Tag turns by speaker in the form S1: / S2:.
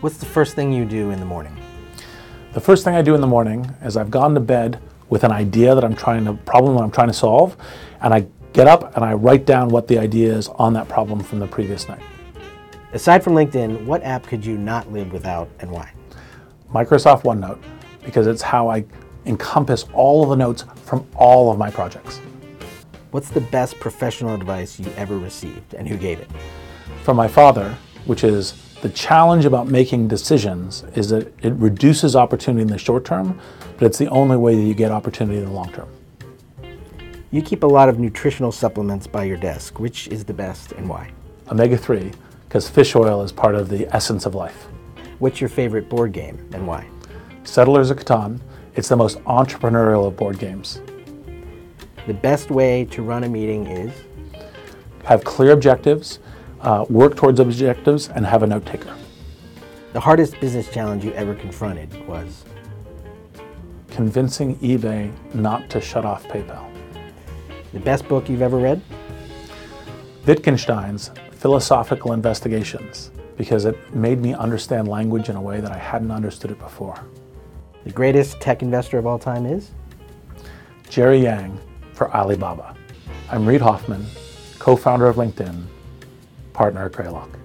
S1: What's the first thing you do in the morning?
S2: The first thing I do in the morning is I've gone to bed with an idea that I'm trying to problem that I'm trying to solve, and I get up and I write down what the idea is on that problem from the previous night.
S1: Aside from LinkedIn, what app could you not live without and why?
S2: Microsoft OneNote because it's how I encompass all of the notes from all of my projects.
S1: What's the best professional advice you ever received and who gave it?
S2: From my father, which is the challenge about making decisions is that it reduces opportunity in the short term, but it's the only way that you get opportunity in the long term.
S1: You keep a lot of nutritional supplements by your desk. Which is the best and why?
S2: Omega 3, because fish oil is part of the essence of life.
S1: What's your favorite board game and why?
S2: Settlers of Catan, it's the most entrepreneurial of board games.
S1: The best way to run a meeting is
S2: Have clear objectives, uh, work towards objectives, and have a note taker.
S1: the hardest business challenge you ever confronted was
S2: Convincing eBay not to shut off PayPal.
S1: the best book you've ever read,
S2: Wittgenstein's Philosophical Investigations, because it made me understand language in a way that I hadn't understood it before.
S1: the greatest tech investor of all time is.
S2: Jerry Yang for Alibaba. I'm Reid Hoffman, co founder of LinkedIn, partner at Greylock.